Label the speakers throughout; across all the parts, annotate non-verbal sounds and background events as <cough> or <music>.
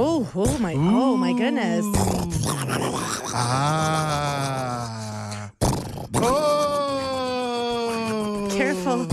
Speaker 1: Oh, oh my, oh my goodness.
Speaker 2: Ah. Oh.
Speaker 1: Careful.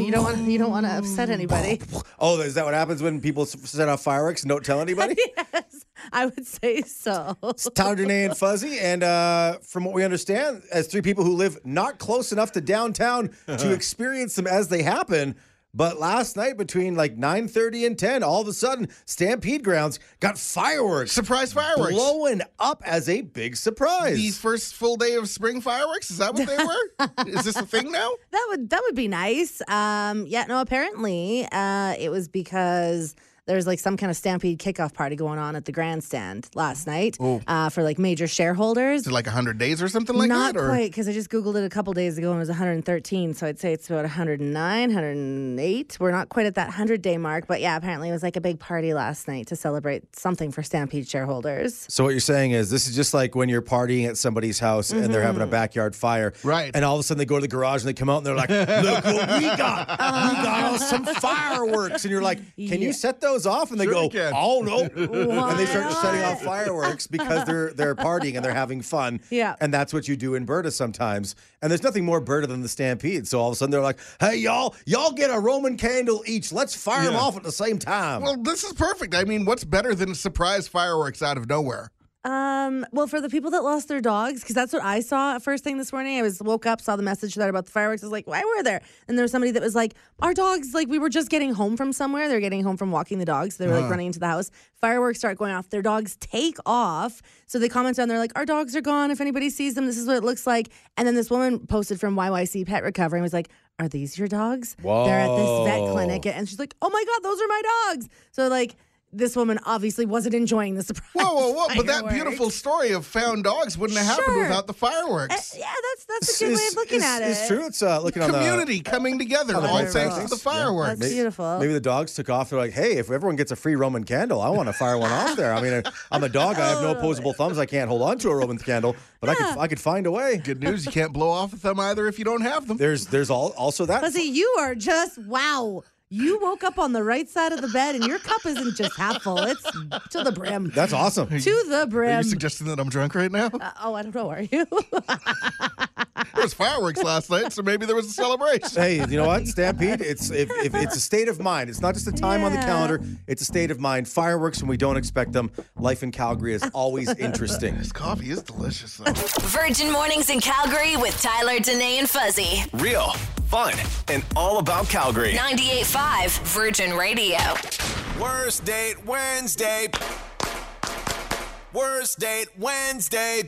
Speaker 1: You don't want you don't want to upset anybody. <laughs>
Speaker 2: Oh, is that what happens when people s- set off fireworks and don't tell
Speaker 1: <laughs>
Speaker 2: anybody?
Speaker 1: yes, I would say so.
Speaker 2: It's Tom Dene and Fuzzy, and uh, from what we understand, as three people who live not close enough to downtown to experience them as they happen. But last night, between like 9:30 and 10, all of a sudden, Stampede Grounds got fireworks
Speaker 3: Surprise fireworks.
Speaker 2: blowing up as a big surprise.
Speaker 3: the first full day of spring fireworks? Is that what they were? <laughs> Is this a thing now?
Speaker 1: That would that would be nice. Um, yeah, no, apparently uh, it was because there's like some kind of stampede kickoff party going on at the grandstand last night uh, for like major shareholders.
Speaker 3: Is it like 100 days or something like
Speaker 1: Not
Speaker 3: that? Or
Speaker 1: quite, because I just Googled it a couple days ago and it was 113. So I'd say it's about 109, 108. We're not quite at that 100 day mark, but yeah, apparently it was like a big party last night to celebrate something for Stampede shareholders.
Speaker 2: So what you're saying is this is just like when you're partying at somebody's house and they're having
Speaker 1: Mm-hmm.
Speaker 2: a backyard fire,
Speaker 3: Right.
Speaker 2: And all of a sudden they go to the garage and they come out and they're like, "Look what we got! we got us
Speaker 1: <laughs>
Speaker 2: some fireworks!" And you're like, "Can you set those off?" And they
Speaker 3: Sure
Speaker 2: go,
Speaker 3: we can.
Speaker 2: "Oh no!" And they start setting off
Speaker 1: not?
Speaker 2: fireworks because they're they're partying and they're having fun.
Speaker 1: Yeah.
Speaker 2: And that's what you do in Berta sometimes. And there's nothing more Berta than the stampede. So all of a sudden they're like, "Hey y'all, y'all get a Roman candle each. Let's fire them
Speaker 3: Yeah.
Speaker 2: off at the same time."
Speaker 3: Well, this is perfect. I mean, what's better than surprise fireworks out of <laughs> nowhere?
Speaker 1: Um, well, for the people that lost their dogs, because that's what I saw first thing this morning. I was woke up, saw the message that about the fireworks. I was like, why were there? And there was somebody that was like, our dogs, like we were just getting home from somewhere. They're getting home from walking the dogs. They were like running into the house. Fireworks start going off. Their dogs take off. So they comment on. They're like, our dogs are gone. If anybody sees them, this is what it looks like. And then this woman posted from YYC Pet Recovery and was like. Are these your dogs? They're at this vet
Speaker 2: Whoa.
Speaker 1: clinic. And she's like, oh my God, those are my dogs. So, like, this woman obviously wasn't enjoying the surprise.
Speaker 3: Whoa, whoa, whoa. But
Speaker 1: <laughs>
Speaker 3: that
Speaker 1: fireworks.
Speaker 3: beautiful story of found dogs wouldn't have happened
Speaker 1: Sure.
Speaker 3: without the
Speaker 1: Uh,
Speaker 3: fireworks.
Speaker 1: yeah, that's that's a good way of looking
Speaker 2: it's,
Speaker 1: at it.
Speaker 2: It's true. It's uh,
Speaker 3: eh,
Speaker 2: looking on the
Speaker 3: Community coming together,
Speaker 1: Oh,
Speaker 3: all
Speaker 1: there
Speaker 3: thanks
Speaker 1: it
Speaker 3: to
Speaker 1: is.
Speaker 3: the
Speaker 1: Yeah.
Speaker 3: fireworks.
Speaker 1: That's beautiful.
Speaker 2: Maybe the dogs took off. They're like, hey, if everyone gets a free Roman candle, I want to fire one off there. I mean, I, I'm a dog. I
Speaker 1: <laughs>
Speaker 2: have
Speaker 1: Oh,
Speaker 2: no opposable thumbs. I can't hold on to a Roman candle, but I could I could find a way.
Speaker 3: Good news, you can't blow off a thumb either if you don't have them.
Speaker 2: There's there's all, also that.
Speaker 1: Fuzzy, you are just wow. You woke up on the right side of the bed, and your cup isn't just half full; it's to the brim.
Speaker 2: That's awesome.
Speaker 1: to the
Speaker 3: Are you
Speaker 1: brim.
Speaker 3: suggesting that I'm drunk right <laughs> now?
Speaker 1: Uh, oh, I don't know. Are you?
Speaker 3: There was fireworks last night, so maybe there was a celebration.
Speaker 1: <laughs>
Speaker 2: Hey, you know what? Stampede. It's if, if it's a state of mind. It's not just a time on the
Speaker 1: Yeah.
Speaker 2: calendar. It's a state of mind. Fireworks when we don't expect them. Life in Calgary is always interesting.
Speaker 3: This coffee is delicious, though.
Speaker 4: Virgin Mornings in Calgary with Tyler, Danae, and Fuzzy.
Speaker 5: Real, fun, and all about Calgary.
Speaker 4: 98.5 Virgin Radio.
Speaker 5: Worst date Wednesday. Worst date Wednesday.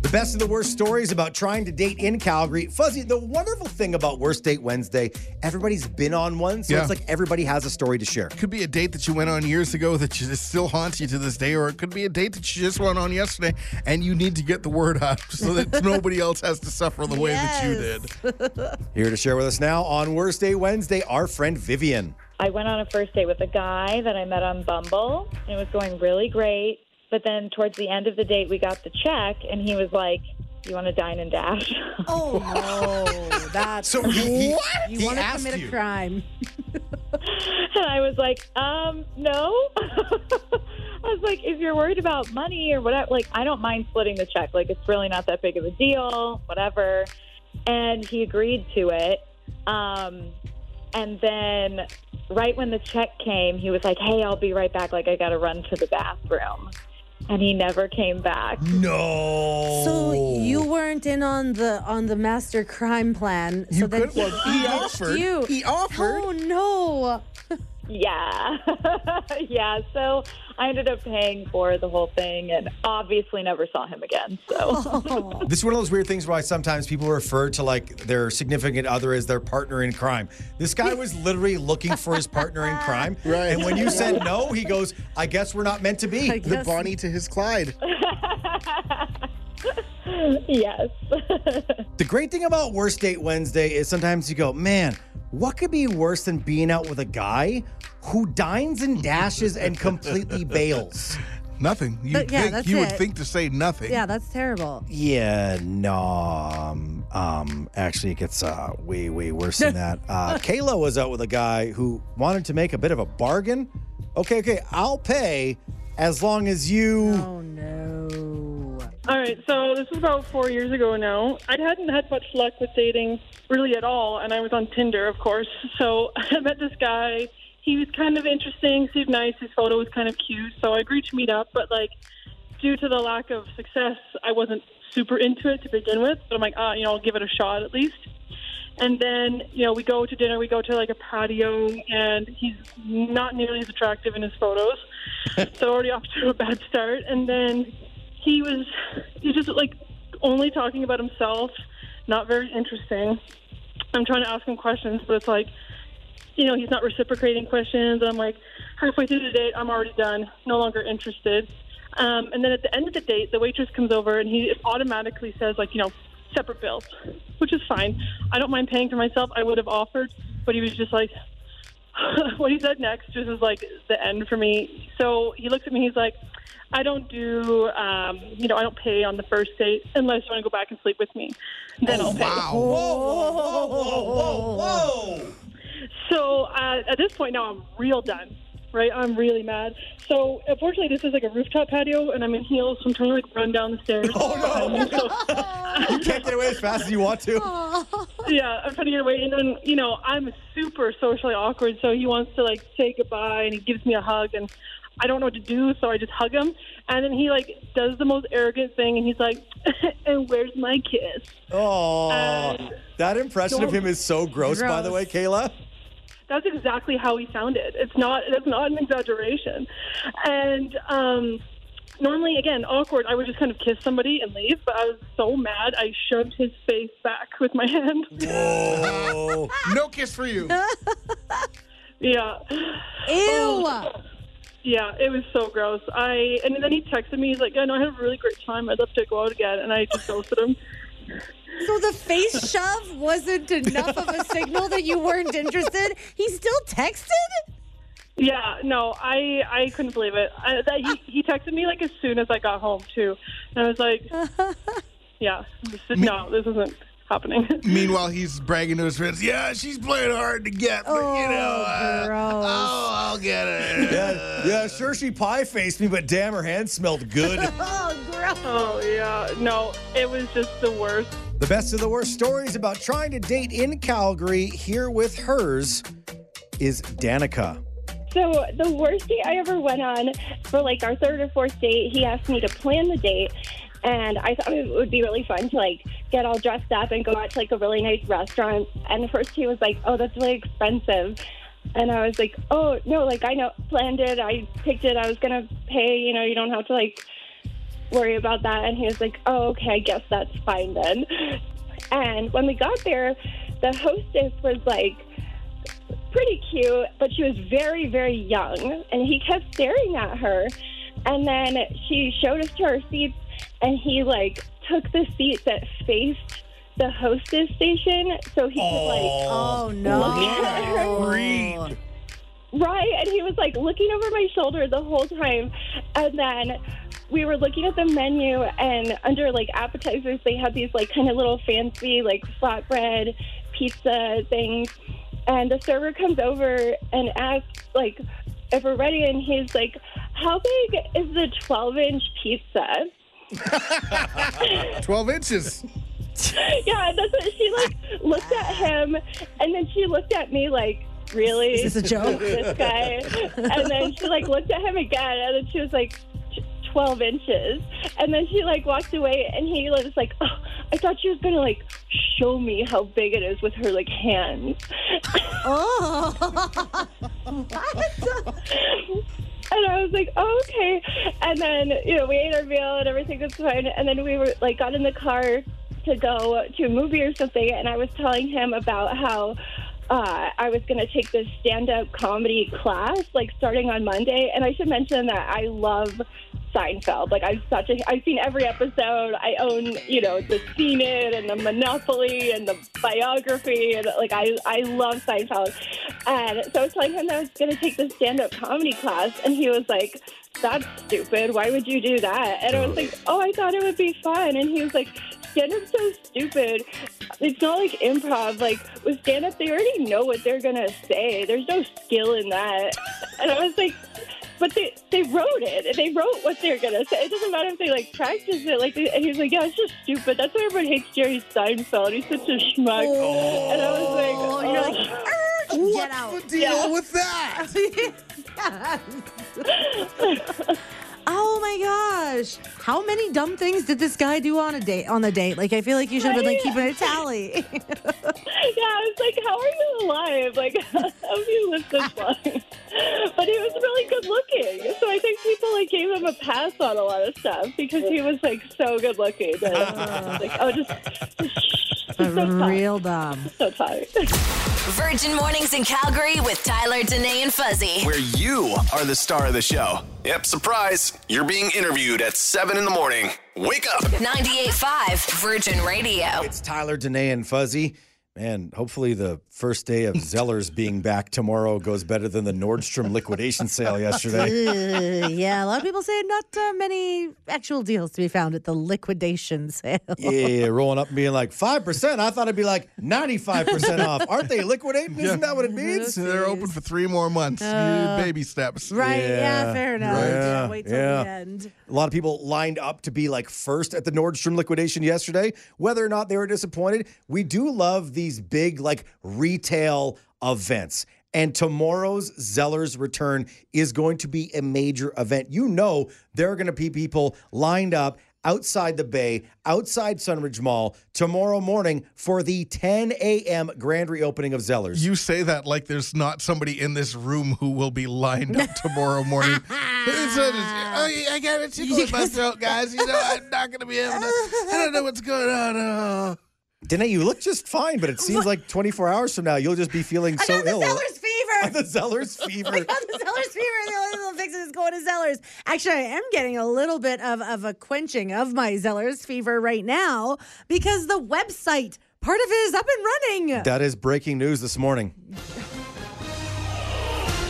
Speaker 2: The best of the worst stories about trying to date in Calgary. Fuzzy, the wonderful thing about Worst Date Wednesday, everybody's been on one, so
Speaker 3: Yeah.
Speaker 2: it's like everybody has a story to share.
Speaker 3: could be a date that you went on years ago that you- just still haunts you to this day, or it could be a date that you just went on yesterday and you need to get the word out <laughs> so that nobody else has to suffer the way that you
Speaker 1: Yes.
Speaker 3: did.
Speaker 2: Here to share with us now on Worst Day Wednesday, our friend Vivian.
Speaker 6: I went on a first date with a guy that I met on Bumble, and it was going really great. But then towards the end of the date, we got the check, and he was like, "You want to dine and dash?" <laughs>
Speaker 1: oh <laughs> no, that's
Speaker 2: So he- he-
Speaker 1: you
Speaker 2: he
Speaker 1: want to
Speaker 2: asked
Speaker 1: commit
Speaker 2: you.
Speaker 1: a crime.
Speaker 6: <laughs> and I was like, "Um, no." <laughs> I was like, "If you're worried about money or whatever, like, I don't mind splitting the check. Like, it's really not that big of a deal, whatever." And he agreed to it. Um, and then right when the check came, he was like, "Hey, I'll be right back. Like, I got to run to the bathroom." And he never came back.
Speaker 2: No.
Speaker 3: Oh.
Speaker 1: So you weren't in on the on the master crime plan. so then
Speaker 3: could- well, he
Speaker 1: asked
Speaker 3: offered.
Speaker 1: You.
Speaker 3: He offered.
Speaker 1: Oh no.
Speaker 6: Yeah. <laughs> yeah. So I ended up paying for the whole thing and obviously never saw him again. So
Speaker 2: This is one of those weird things where I sometimes people refer to like their significant other as their partner in crime. This guy was literally looking for his partner in crime.
Speaker 3: Right.
Speaker 2: And when you said no, he goes, I guess we're not meant to be.
Speaker 1: I
Speaker 3: The
Speaker 1: guess-
Speaker 3: Bonnie to his Clyde.
Speaker 6: <laughs> yes.
Speaker 2: The great thing about Worst Date Wednesday is sometimes you go, man, what could be worse than being out with a guy who dines and dashes and completely bails?
Speaker 3: Nothing. You,
Speaker 1: But, yeah,
Speaker 3: think,
Speaker 1: that's
Speaker 3: you would
Speaker 1: it.
Speaker 3: think to say nothing.
Speaker 1: Yeah, that's terrible.
Speaker 2: <laughs> Yeah, no. Um, um, actually, it gets uh, <laughs> way, way worse than that. Uh, Kayla was out with a guy who wanted to make a bit of a bargain okay, okay, I'll pay as long as you.
Speaker 1: Oh no.
Speaker 7: All right, so this was about four years ago now. I hadn't had much luck with dating really at all, and I was on Tinder, of course. So <laughs> I met this guy. He was kind of interesting, seemed nice. His photo was kind of cute, so I agreed to meet up. But like, due to the lack of success, I wasn't super into it to begin with. But I'm like, ah, you know, I'll give it a shot at least. And then, you know, we go to dinner, we go to like a patio, and he's not nearly as attractive in his photos. so already off to a bad start. And then he was, he just like only talking about himself, not very interesting. I'm trying to ask him questions, but it's like, you know, he's not reciprocating questions. I'm like, halfway through the date, I'm already done, no longer interested. Um, and then at the end of the date, the waitress comes over and he automatically says, like, you know, separate bill, which is fine. I don't mind paying for myself. I would have offered, but he was just like, <laughs> what he said next just was like the end for me. So he looks at me, he's like, I don't do, um, you know, I don't pay on the first date unless you want to go back and sleep with me. Then I'll pay.
Speaker 2: whoa, whoa, whoa, whoa.
Speaker 7: So uh, at this point now, I'm real done, right? I'm really mad. So unfortunately, this is like a rooftop patio, and I'm in heels, so I'm trying to like run down the stairs.
Speaker 2: Oh no!
Speaker 7: So,
Speaker 2: You <laughs> can't get away as fast as you want to.
Speaker 7: yeah, I'm trying to get away, and then you know I'm super socially awkward, so he wants to like say goodbye, and he gives me a hug, and I don't know what to do, so I just hug him, and then he like does the most arrogant thing, and he's like, <laughs> "And where's my kiss?"
Speaker 2: Oh, that impression of him is so gross, by the way, Kayla.
Speaker 7: that's exactly how he sounded. It's not that's not an exaggeration. And um, normally, again, awkward. I would just kind of kiss somebody and leave, but I was so mad I shoved his face back with my <laughs> hand.
Speaker 2: Whoa.
Speaker 3: No kiss for you.
Speaker 7: yeah,
Speaker 1: Ew.
Speaker 7: yeah, it was so gross. I and then he texted me. He's like, "I know I had a really great time. I'd love to go out again." And I just ghosted him.
Speaker 1: So the face shove wasn't enough of a signal that you weren't interested. He still texted?
Speaker 7: Yeah, no, I I couldn't believe it. I, that he, he texted me like as soon as I got home too, and I was like, "Yeah, this is, no, this isn't happening."
Speaker 3: Meanwhile, he's bragging to his friends, yeah, she's playing hard to get, but you know,
Speaker 1: Oh,
Speaker 3: uh,
Speaker 1: gross.
Speaker 3: I'll, I'll get it.
Speaker 2: Yeah, yeah, sure she pie faced me, but damn, her hand smelled good.
Speaker 1: Oh gross.
Speaker 7: Oh yeah, no, it was just the worst.
Speaker 2: the best of the worst stories about trying to date in Calgary, here with hers is Danica.
Speaker 8: So the worst date I ever went on for like our third or fourth date, he asked me to plan the date. And I thought it would be really fun to like get all dressed up and go out to like a really nice restaurant. And first he was like, "Oh, that's really expensive," and I was like, "Oh no, like I know planned it. I picked it. I was gonna pay. You know, you don't have to like worry about that. And he was like, oh, okay, I guess that's fine then. And when we got there, the hostess was like pretty cute, but she was very, very young. And he kept staring at her. And then she showed us to our seats, and he like took the seat that faced the hostess station. So he could like.
Speaker 1: Oh no.
Speaker 3: Read.
Speaker 8: Right, and he was like looking over my shoulder the whole time. And then we were looking at the menu, and under like appetizers, they had these like kind of little fancy like flatbread pizza things. And the server comes over and asks like if we're ready, and he's like, "How big is the 12-inch pizza?"
Speaker 3: 12 inches.
Speaker 8: yeah, and that's what she like looked at him, and then she looked at me like, "Really?"
Speaker 1: Is this a joke?
Speaker 8: <laughs> this guy. And then she like looked at him again, and then she was like, "T- 12 inches. And then she like walked away, and he was like, oh, I thought she was gonna like show me how big it is with her like hands.
Speaker 1: Oh. <laughs>
Speaker 8: And I was like, oh, okay. And then, you know, we ate our meal and everything was fine. And then we were like, got in the car to go to a movie or something. And I was telling him about how uh, I was going to take this stand up comedy class, like starting on Monday. And I should mention that I love Seinfeld. Like, I'm such a, I've seen every episode. I own, you know, the Seen It and the Monopoly and the biography. And like, I, I love Seinfeld. And Um, so I was telling him that I was going to take this stand up comedy class. And he was like, that's stupid. Why would you do that? And I was like, oh, I thought it would be fun. And he was like, stand up's so stupid. It's not like improv. Like with stand up, they already know what they're going to say. There's no skill in that. And I was like, But they, they wrote it. They wrote what they're gonna say. It doesn't matter if they like practice it. Like they, and he was like, yeah, it's just stupid. That's why everyone hates Jerry Seinfeld. He's such a schmuck. And I was like,
Speaker 1: Oh,
Speaker 8: oh. <laughs>
Speaker 1: and you're like, "Urgh, get out.
Speaker 3: What's the deal with that?
Speaker 1: <laughs> oh my gosh. How many dumb things did this guy do on a date on the date? Like I feel like you should have been like keeping a
Speaker 2: <laughs>
Speaker 1: tally.
Speaker 8: Yeah, I was like, how are you alive? <laughs> Like, how do you live this life? But he was really good looking. So I think people, like, gave him a pass on a lot of stuff because he was, like, so good looking. And I was like, oh, just, just so tired.
Speaker 1: Real dumb.
Speaker 8: So tired.
Speaker 4: Virgin Mornings in Calgary with Tyler, Danae, and Fuzzy.
Speaker 5: where you are the star of the show. Yep, surprise. You're being interviewed at 7 in the morning. Wake up.
Speaker 4: 98.5 Virgin Radio.
Speaker 2: It's Tyler, Danae, and Fuzzy. Man, hopefully the first day
Speaker 3: <laughs>
Speaker 2: of Zellers being back tomorrow goes better than the Nordstrom liquidation sale yesterday.
Speaker 1: Uh, yeah, a lot of people say not uh, many actual deals to be found at the liquidation sale. <laughs>
Speaker 2: Yeah, rolling up and being like 5%. I thought it'd be like 95% off. Aren't they liquidating? Isn't that what it means?
Speaker 3: So they're open for three more months.
Speaker 2: Uh,
Speaker 3: You baby steps.
Speaker 1: Right, yeah,
Speaker 2: Yeah,
Speaker 1: fair enough.
Speaker 2: right.
Speaker 1: Yeah, wait till
Speaker 2: Yeah.
Speaker 1: the end.
Speaker 2: A lot of people lined up to be like first at the Nordstrom liquidation yesterday. Whether or not they were disappointed, we do love these big like retail events. And tomorrow's Zeller's return is going to be a major event. You know, there are going to be people lined up outside the bay, outside Sunridge Mall tomorrow morning for the 10 a.m. grand reopening of Zeller's.
Speaker 3: You say that like there's not somebody in this room who will be lined up tomorrow
Speaker 2: <laughs>
Speaker 3: morning. It's not just, oh, yeah, I got a tickle in my throat, guys. You know, I'm not going to be able to. I don't know what's going on.
Speaker 2: <laughs>
Speaker 3: Oh.
Speaker 2: Danae, you look just fine,
Speaker 1: <laughs>
Speaker 2: but it seems like 24 hours from now, you'll just be feeling
Speaker 1: I
Speaker 2: so
Speaker 1: got the
Speaker 2: ill.
Speaker 1: seller's fever.
Speaker 2: <laughs> the Zeller's
Speaker 1: <laughs>
Speaker 2: fever.
Speaker 1: got the seller's fever. The only little fix is going to Zellers. Actually, I am getting a little bit of, of a quenching of my Zellers fever right now because the website part of it is up and running.
Speaker 2: <laughs> That is breaking news this morning.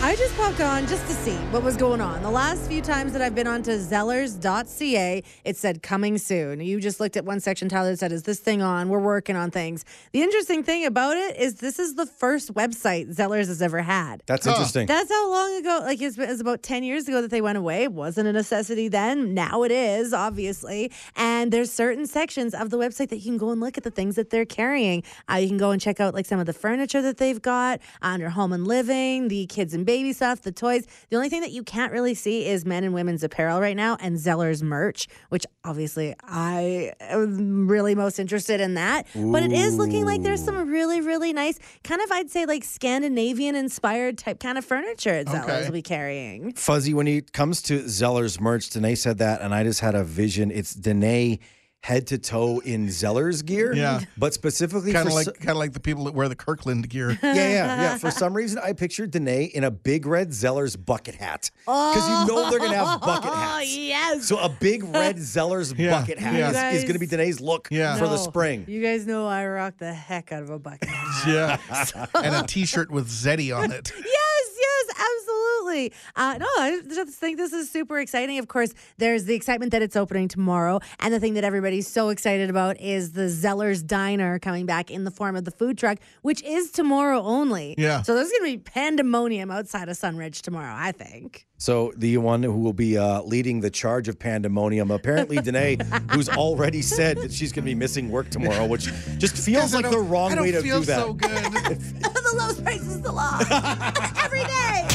Speaker 1: I just popped on just to see what was going on. The last few times that I've been on to Zellers.ca, it said coming soon. You just looked at one section, Tyler said, Is this thing on? We're working on things. The interesting thing about it is this is the first website Zellers has ever had.
Speaker 2: That's interesting.
Speaker 1: That's how long ago, like it's, it was about 10 years ago that they went away. It wasn't a necessity then. Now it is, obviously. And there's certain sections of the website that you can go and look at the things that they're carrying. Uh, you can go and check out like some of the furniture that they've got uh, under home and living, the kids and baby stuff, the toys. The only thing that you can't really see is men and women's apparel right now and Zeller's merch, which obviously I am really most interested in that. But it is looking like there's some really, really nice, kind of, I'd say, like Scandinavian inspired type kind of furniture Zellers
Speaker 3: Okay.
Speaker 1: will be carrying.
Speaker 2: Fuzzy, when it comes to Zeller's merch, Danae said that, and I just had a vision. It's Danae head to toe in Zeller's gear.
Speaker 3: Yeah.
Speaker 2: But specifically
Speaker 3: Kind
Speaker 2: for
Speaker 3: of like
Speaker 2: so-
Speaker 3: kind of like the people that wear the
Speaker 2: <laughs>
Speaker 3: Kirkland gear.
Speaker 2: yeah, yeah,
Speaker 3: <laughs>
Speaker 2: yeah. For some reason, I pictured Danae in a big red Zeller's bucket hat because you know they're gonna have bucket hats.
Speaker 1: yes.
Speaker 2: So a big
Speaker 3: <laughs>
Speaker 2: red Zeller's
Speaker 3: Oh, Yeah,
Speaker 2: bucket hat
Speaker 3: yeah.
Speaker 2: is,
Speaker 1: You
Speaker 2: is gonna be
Speaker 1: guys-
Speaker 2: Danae's look
Speaker 3: Yeah.
Speaker 2: for the
Speaker 1: No.
Speaker 2: spring.
Speaker 1: You guys know I rock the heck out of a bucket. hat.
Speaker 2: <laughs>
Speaker 3: yeah. and a t shirt with Zeddy on it.
Speaker 1: Yes, yes, absolutely. Uh, no, I just think this is super exciting. Of course, there's the excitement that it's opening tomorrow. And the thing that everybody's so excited about is the Zeller's Diner coming back in the form of the food truck, which is tomorrow only.
Speaker 3: Yeah.
Speaker 1: So there's going to be pandemonium outside of Sunridge tomorrow, I think.
Speaker 2: So the one who will be uh, leading the charge of pandemonium, apparently
Speaker 3: <laughs>
Speaker 2: Danae, who's already said that she's going to be missing work tomorrow, which
Speaker 3: <laughs>
Speaker 2: just feels
Speaker 3: I
Speaker 2: like the
Speaker 3: don't-
Speaker 2: wrong
Speaker 3: I don't
Speaker 2: way to
Speaker 3: feel
Speaker 2: do that. <laughs>
Speaker 3: so
Speaker 1: <laughs>
Speaker 3: good.
Speaker 1: the lowest price is the law. <laughs> Every day.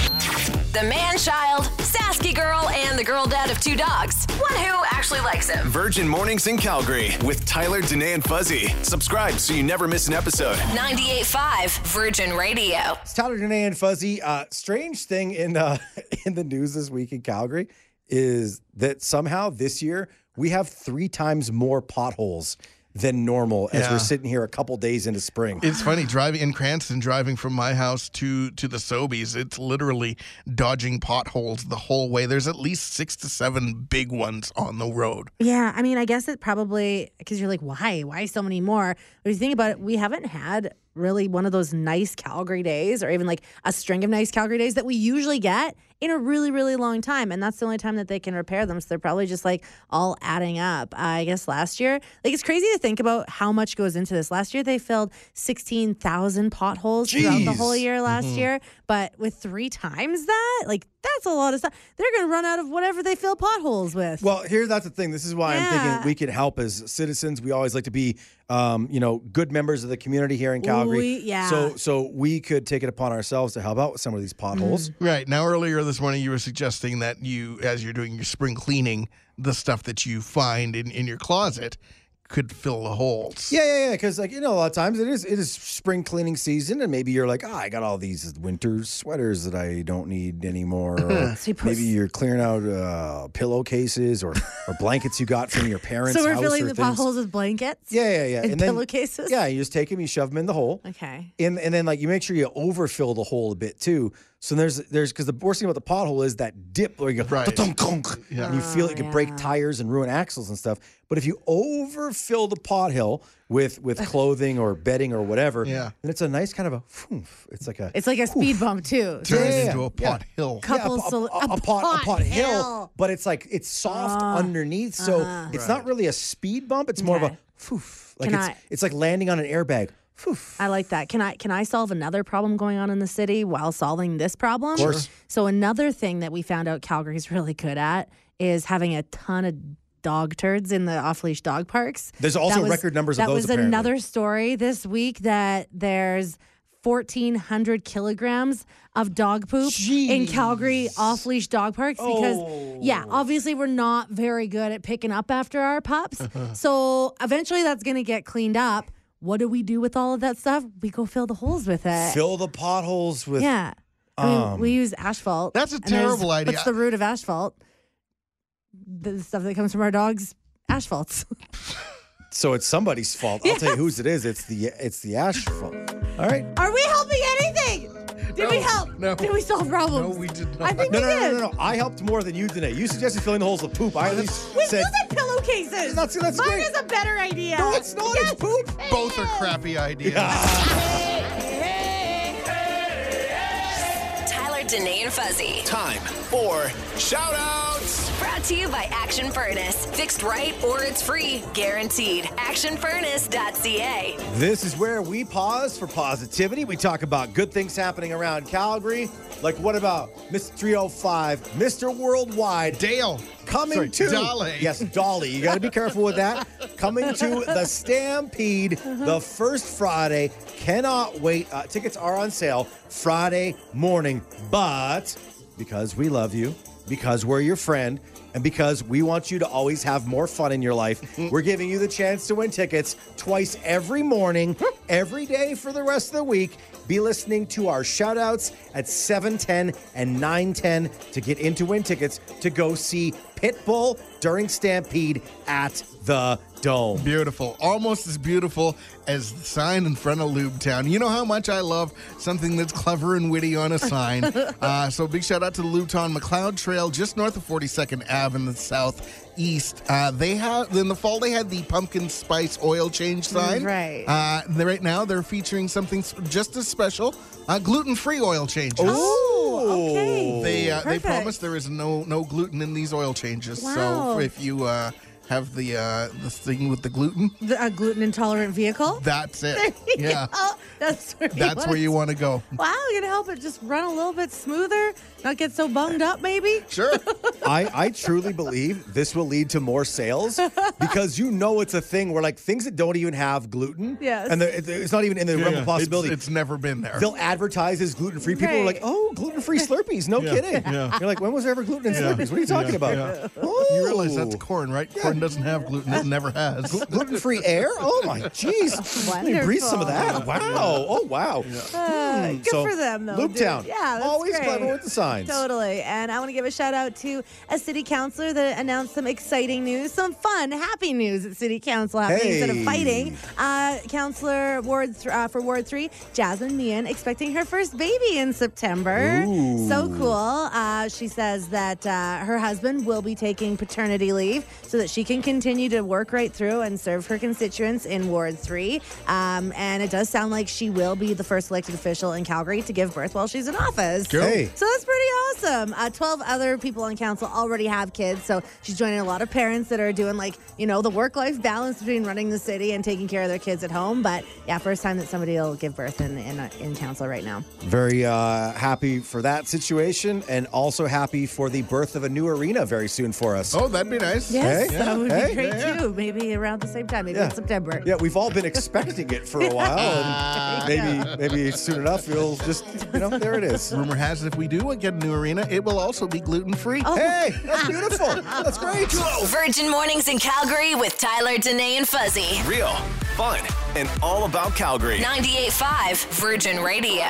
Speaker 4: The man child, Sasky girl, and the girl dad of two dogs. One who actually likes him.
Speaker 5: Virgin Mornings in Calgary with Tyler, Danae, and Fuzzy. Subscribe so you never miss an episode.
Speaker 4: 98.5 Virgin Radio.
Speaker 2: It's Tyler, Danae, and Fuzzy. Uh, strange thing in uh, <laughs> in the news this week in Calgary is that somehow this year we have three times more potholes than normal as
Speaker 3: Yeah.
Speaker 2: we're sitting here a couple days into spring.
Speaker 3: It's funny driving in Cranston, driving from my house to to the Sobeys. It's literally dodging potholes the whole way. There's at least six to seven big ones on the road.
Speaker 1: Yeah, I mean, I guess it probably because you're like, why? Why so many more? But if you think about it, we haven't had really one of those nice Calgary days or even like a string of nice Calgary days that we usually get in a really, really long time. And that's the only time that they can repair them. So they're probably just like all adding up. I guess last year, like it's crazy to think about how much goes into this. Last year, they filled 16,000 potholes throughout the
Speaker 2: Jeez.
Speaker 1: whole year last year. But with three times that, like that's a lot of stuff. They're going to run out of whatever they fill potholes with.
Speaker 2: Well, here that's the thing. This is why I'm
Speaker 1: Yeah.
Speaker 2: thinking we could help as citizens. We always like to be, um, you know, good members of the community here in Calgary.
Speaker 1: We- yeah.
Speaker 2: So, so we could take it upon ourselves to help out with some of these
Speaker 1: Mm.
Speaker 2: potholes.
Speaker 3: Right. Now, earlier this morning, you were suggesting that you, as you're doing your spring cleaning, the stuff that you find in, in your closet could fill the holes.
Speaker 2: Yeah, yeah, yeah. Because like you know, a lot of times it is it is spring cleaning season, and maybe you're like, ah, I got all these winter sweaters that I don't need anymore. Or
Speaker 1: <laughs> So you put-
Speaker 2: maybe you're clearing out uh, pillowcases or or blankets you got from your
Speaker 1: <laughs>
Speaker 2: parents.
Speaker 1: so we're
Speaker 2: house
Speaker 1: filling
Speaker 2: or
Speaker 1: the
Speaker 2: things.
Speaker 1: potholes with blankets?
Speaker 2: Yeah, yeah, yeah.
Speaker 1: And,
Speaker 2: then-
Speaker 1: pillowcases?
Speaker 2: Yeah, you just take them, you shove them in the hole.
Speaker 1: Okay.
Speaker 2: and and then like you make sure you overfill the hole a bit too. So there's there's because the worst thing about the pothole is that dip where you go
Speaker 3: Right.
Speaker 2: "Dunk-dunk-dunk," and you feel it could break tires and ruin axles and stuff. But if you overfill the pothole
Speaker 1: <laughs>
Speaker 2: with with clothing or bedding or whatever,
Speaker 3: Yeah.
Speaker 2: then it's a nice kind of a poof. It's like a
Speaker 1: It's like a speed bump, too.
Speaker 3: Turn
Speaker 2: Yeah,
Speaker 3: it
Speaker 2: yeah,
Speaker 3: into a
Speaker 2: yeah.
Speaker 3: pot hill.
Speaker 2: yeah,
Speaker 1: couple
Speaker 2: a,
Speaker 1: sol-
Speaker 2: a, a, pot, a pot hill, but it's like it's soft
Speaker 1: Ah, uh-huh.
Speaker 2: underneath, so it's not really a speed bump. It's more of
Speaker 1: Okay.
Speaker 2: a poof. Like
Speaker 1: Can
Speaker 2: it's,
Speaker 1: I-
Speaker 2: it's like landing on an airbag. Poof.
Speaker 1: I like that. Can I can I solve another problem going on in the city while solving this problem? Of
Speaker 2: course.
Speaker 1: So another thing that we found out Calgary's <laughs> really good at is having a ton of dog turds in the off-leash dog parks.
Speaker 2: There's also
Speaker 1: That was-
Speaker 2: record numbers of
Speaker 1: That
Speaker 2: those,
Speaker 1: was
Speaker 2: apparently.
Speaker 1: another story this week that there's 1,400 kilograms of dog poop in Calgary off leash dog parks because, yeah,
Speaker 3: Oh.
Speaker 1: obviously we're not very good at picking up after our
Speaker 3: <laughs>
Speaker 1: pups. so eventually that's going to get cleaned up. What do we do with all of that stuff? We go fill the holes with it.
Speaker 2: Fill the potholes with
Speaker 1: Uh, yeah. I mean, we use asphalt.
Speaker 3: Um, That's a
Speaker 1: and there's-
Speaker 3: terrible idea.
Speaker 1: What's the root of asphalt? The stuff that comes from our dogs, asphalts.
Speaker 2: So it's somebody's fault. I'll tell you whose it is. It's the it's the ash fault. All right.
Speaker 1: Are we helping anything? Did we
Speaker 3: No,
Speaker 1: help?
Speaker 3: no.
Speaker 1: Did we solve problems?
Speaker 3: No, we did
Speaker 1: I
Speaker 3: not.
Speaker 1: think
Speaker 2: No,
Speaker 1: we
Speaker 2: no, no,
Speaker 1: did.
Speaker 2: no, no, no. I helped more than you today. You suggested filling the holes with poop. I at least
Speaker 1: We
Speaker 2: said
Speaker 1: still said pillowcases.
Speaker 2: That's- that's
Speaker 1: Mine
Speaker 2: great.
Speaker 1: is a better idea.
Speaker 2: no. It's not.
Speaker 1: Yes,
Speaker 2: It's poop.
Speaker 1: it
Speaker 3: Both are
Speaker 1: is.
Speaker 3: crappy ideas.
Speaker 4: Tyler, Danae, and Fuzzy.
Speaker 5: Time for shout outs.
Speaker 4: Brought to you by Action Furnace. Fixed right or it's free. Guaranteed. Actionfurnace.ca.
Speaker 2: This is where we pause for positivity. We talk about good things happening around Calgary. Like what about Mr. 305, Mr. Worldwide,
Speaker 3: Dale.
Speaker 2: coming
Speaker 3: Sorry,
Speaker 2: to
Speaker 3: Dolly.
Speaker 2: Yes, Dolly. You got to be careful with that. Coming to the Stampede the first Friday. Cannot wait. Uh, tickets are on sale Friday morning, but because we love you, because we're your friend, and because we want you to always have more fun in your life, we're giving you the chance to win tickets twice every morning, every day for the rest of the week. Be listening to our shout outs at 7:10 and 9:10 to get in to win tickets to go see Pitbull during Stampede at the Dome.
Speaker 3: Beautiful. Almost as beautiful as the sign in front of Lubetown. You know how much I love something that's clever and witty on a
Speaker 1: <laughs>
Speaker 3: sign. uh, so big shout out to the Lubetown McLeod Trail, just north of 42nd Ave in the southeast. Uh, they have in the fall they had the pumpkin spice oil change sign.
Speaker 1: Mm, Right.
Speaker 3: Uh, they- right now they're featuring something s- just as special, uh, gluten-free oil changes.
Speaker 1: Oh, okay.
Speaker 3: They uh, they
Speaker 1: Perfect.
Speaker 3: promise there is no no gluten in these oil changes.
Speaker 1: Wow.
Speaker 3: So if you uh, have the uh, the thing with the gluten,
Speaker 1: The- a gluten intolerant vehicle. <laughs>
Speaker 3: that's it. yeah.
Speaker 1: Oh, that's where you
Speaker 3: That's
Speaker 1: wanna-
Speaker 3: where you want to go.
Speaker 1: Wow, you're gonna help it just run a little bit smoother, not get so bunged up, maybe.
Speaker 3: Sure.
Speaker 2: I, I truly believe this will lead to more
Speaker 1: <laughs>
Speaker 2: sales because you know it's a thing where like things that don't even have gluten,
Speaker 1: Yes.
Speaker 2: and the, it- it's not even in the realm of possibility.
Speaker 3: It's, it's never been there.
Speaker 2: They'll advertise as gluten free. People are like,
Speaker 1: Right.
Speaker 2: "Oh, gluten free Slurpees! No
Speaker 3: <laughs> Yeah,
Speaker 2: kidding!"
Speaker 3: yeah.
Speaker 2: You're like, "When was there ever gluten in
Speaker 3: Yeah,
Speaker 2: Slurpees? What are you talking
Speaker 3: yeah,
Speaker 2: about?"
Speaker 3: yeah.
Speaker 2: Oh.
Speaker 3: you realize that's corn, right? Corn doesn't have gluten. It never has.
Speaker 2: gluten free air. Oh my, jeez! Let me breathe some of that. Wow! Oh wow!
Speaker 1: Uh, good
Speaker 2: So,
Speaker 1: for them, though.
Speaker 2: Loop
Speaker 1: dude.
Speaker 2: Town.
Speaker 1: Yeah, that's
Speaker 2: Always
Speaker 1: great.
Speaker 2: clever with the signs.
Speaker 1: Totally. And I want to give a shout out to a city councilor that announced some exciting news, some fun, happy news at city council happening instead of
Speaker 2: Hey.
Speaker 1: fighting. Uh, councilor Ward th- uh, for Ward 3, Jasmine Meehan, expecting her first baby in September. So cool. Uh, Uh, she says that uh, her husband will be taking paternity leave so that she can continue to work right through and serve her constituents in Ward 3. Um, and it does sound like she will be the first elected official in Calgary to give birth while she's in office.
Speaker 2: Hey.
Speaker 1: So that's pretty awesome. Uh, 12 other people on council already have kids. So she's joining a lot of parents that are doing, like, you know, the work life balance between running the city and taking care of their kids at home. But yeah, first time that somebody will give birth in, in, in council right now.
Speaker 2: Very uh, happy for that situation and also happy for the birth of a new arena very soon for us.
Speaker 3: Oh, that'd be nice.
Speaker 1: Yes,
Speaker 2: Hey,
Speaker 1: that would
Speaker 2: hey,
Speaker 1: be great
Speaker 2: yeah,
Speaker 1: too. Maybe around the same time, maybe in September.
Speaker 2: Yeah, we've all been expecting it
Speaker 1: <laughs>
Speaker 2: for a while, and maybe maybe soon enough you'll just you know there it is.
Speaker 3: Rumor has it if we do get a new arena, it will also be gluten free.
Speaker 2: Hey, that's beautiful. That's great.
Speaker 4: Virgin Mornings in Calgary with Tyler, Danae, and Fuzzy.
Speaker 5: Real, fun, and all about Calgary.
Speaker 4: 98.5 Virgin Radio.